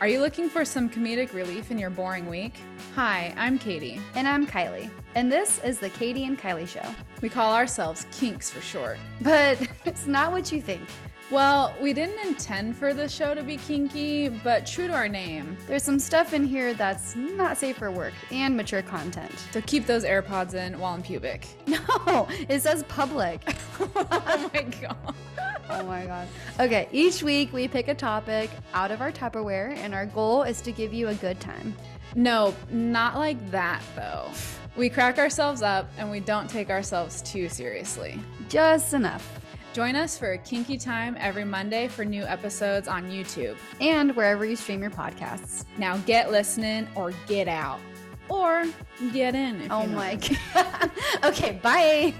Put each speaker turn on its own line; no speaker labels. Are you looking for some comedic relief in your boring week? Hi, I'm Katie.
And I'm Kylie. And this is the Katie and Kylie Show.
We call ourselves Kinks for short.
But it's not what you think.
Well, we didn't intend for the show to be kinky, but true to our name.
There's some stuff in here that's not safe for work and mature content.
So keep those AirPods in while in pubic.
No, it says public.
oh my god.
oh my God. Okay, each week we pick a topic out of our Tupperware, and our goal is to give you a good time.
No, not like that though. We crack ourselves up and we don't take ourselves too seriously.
Just enough.
Join us for a kinky time every Monday for new episodes on YouTube.
And wherever you stream your podcasts.
Now get listening or get out. Or get in. If you
Oh
know.
my God. okay, bye.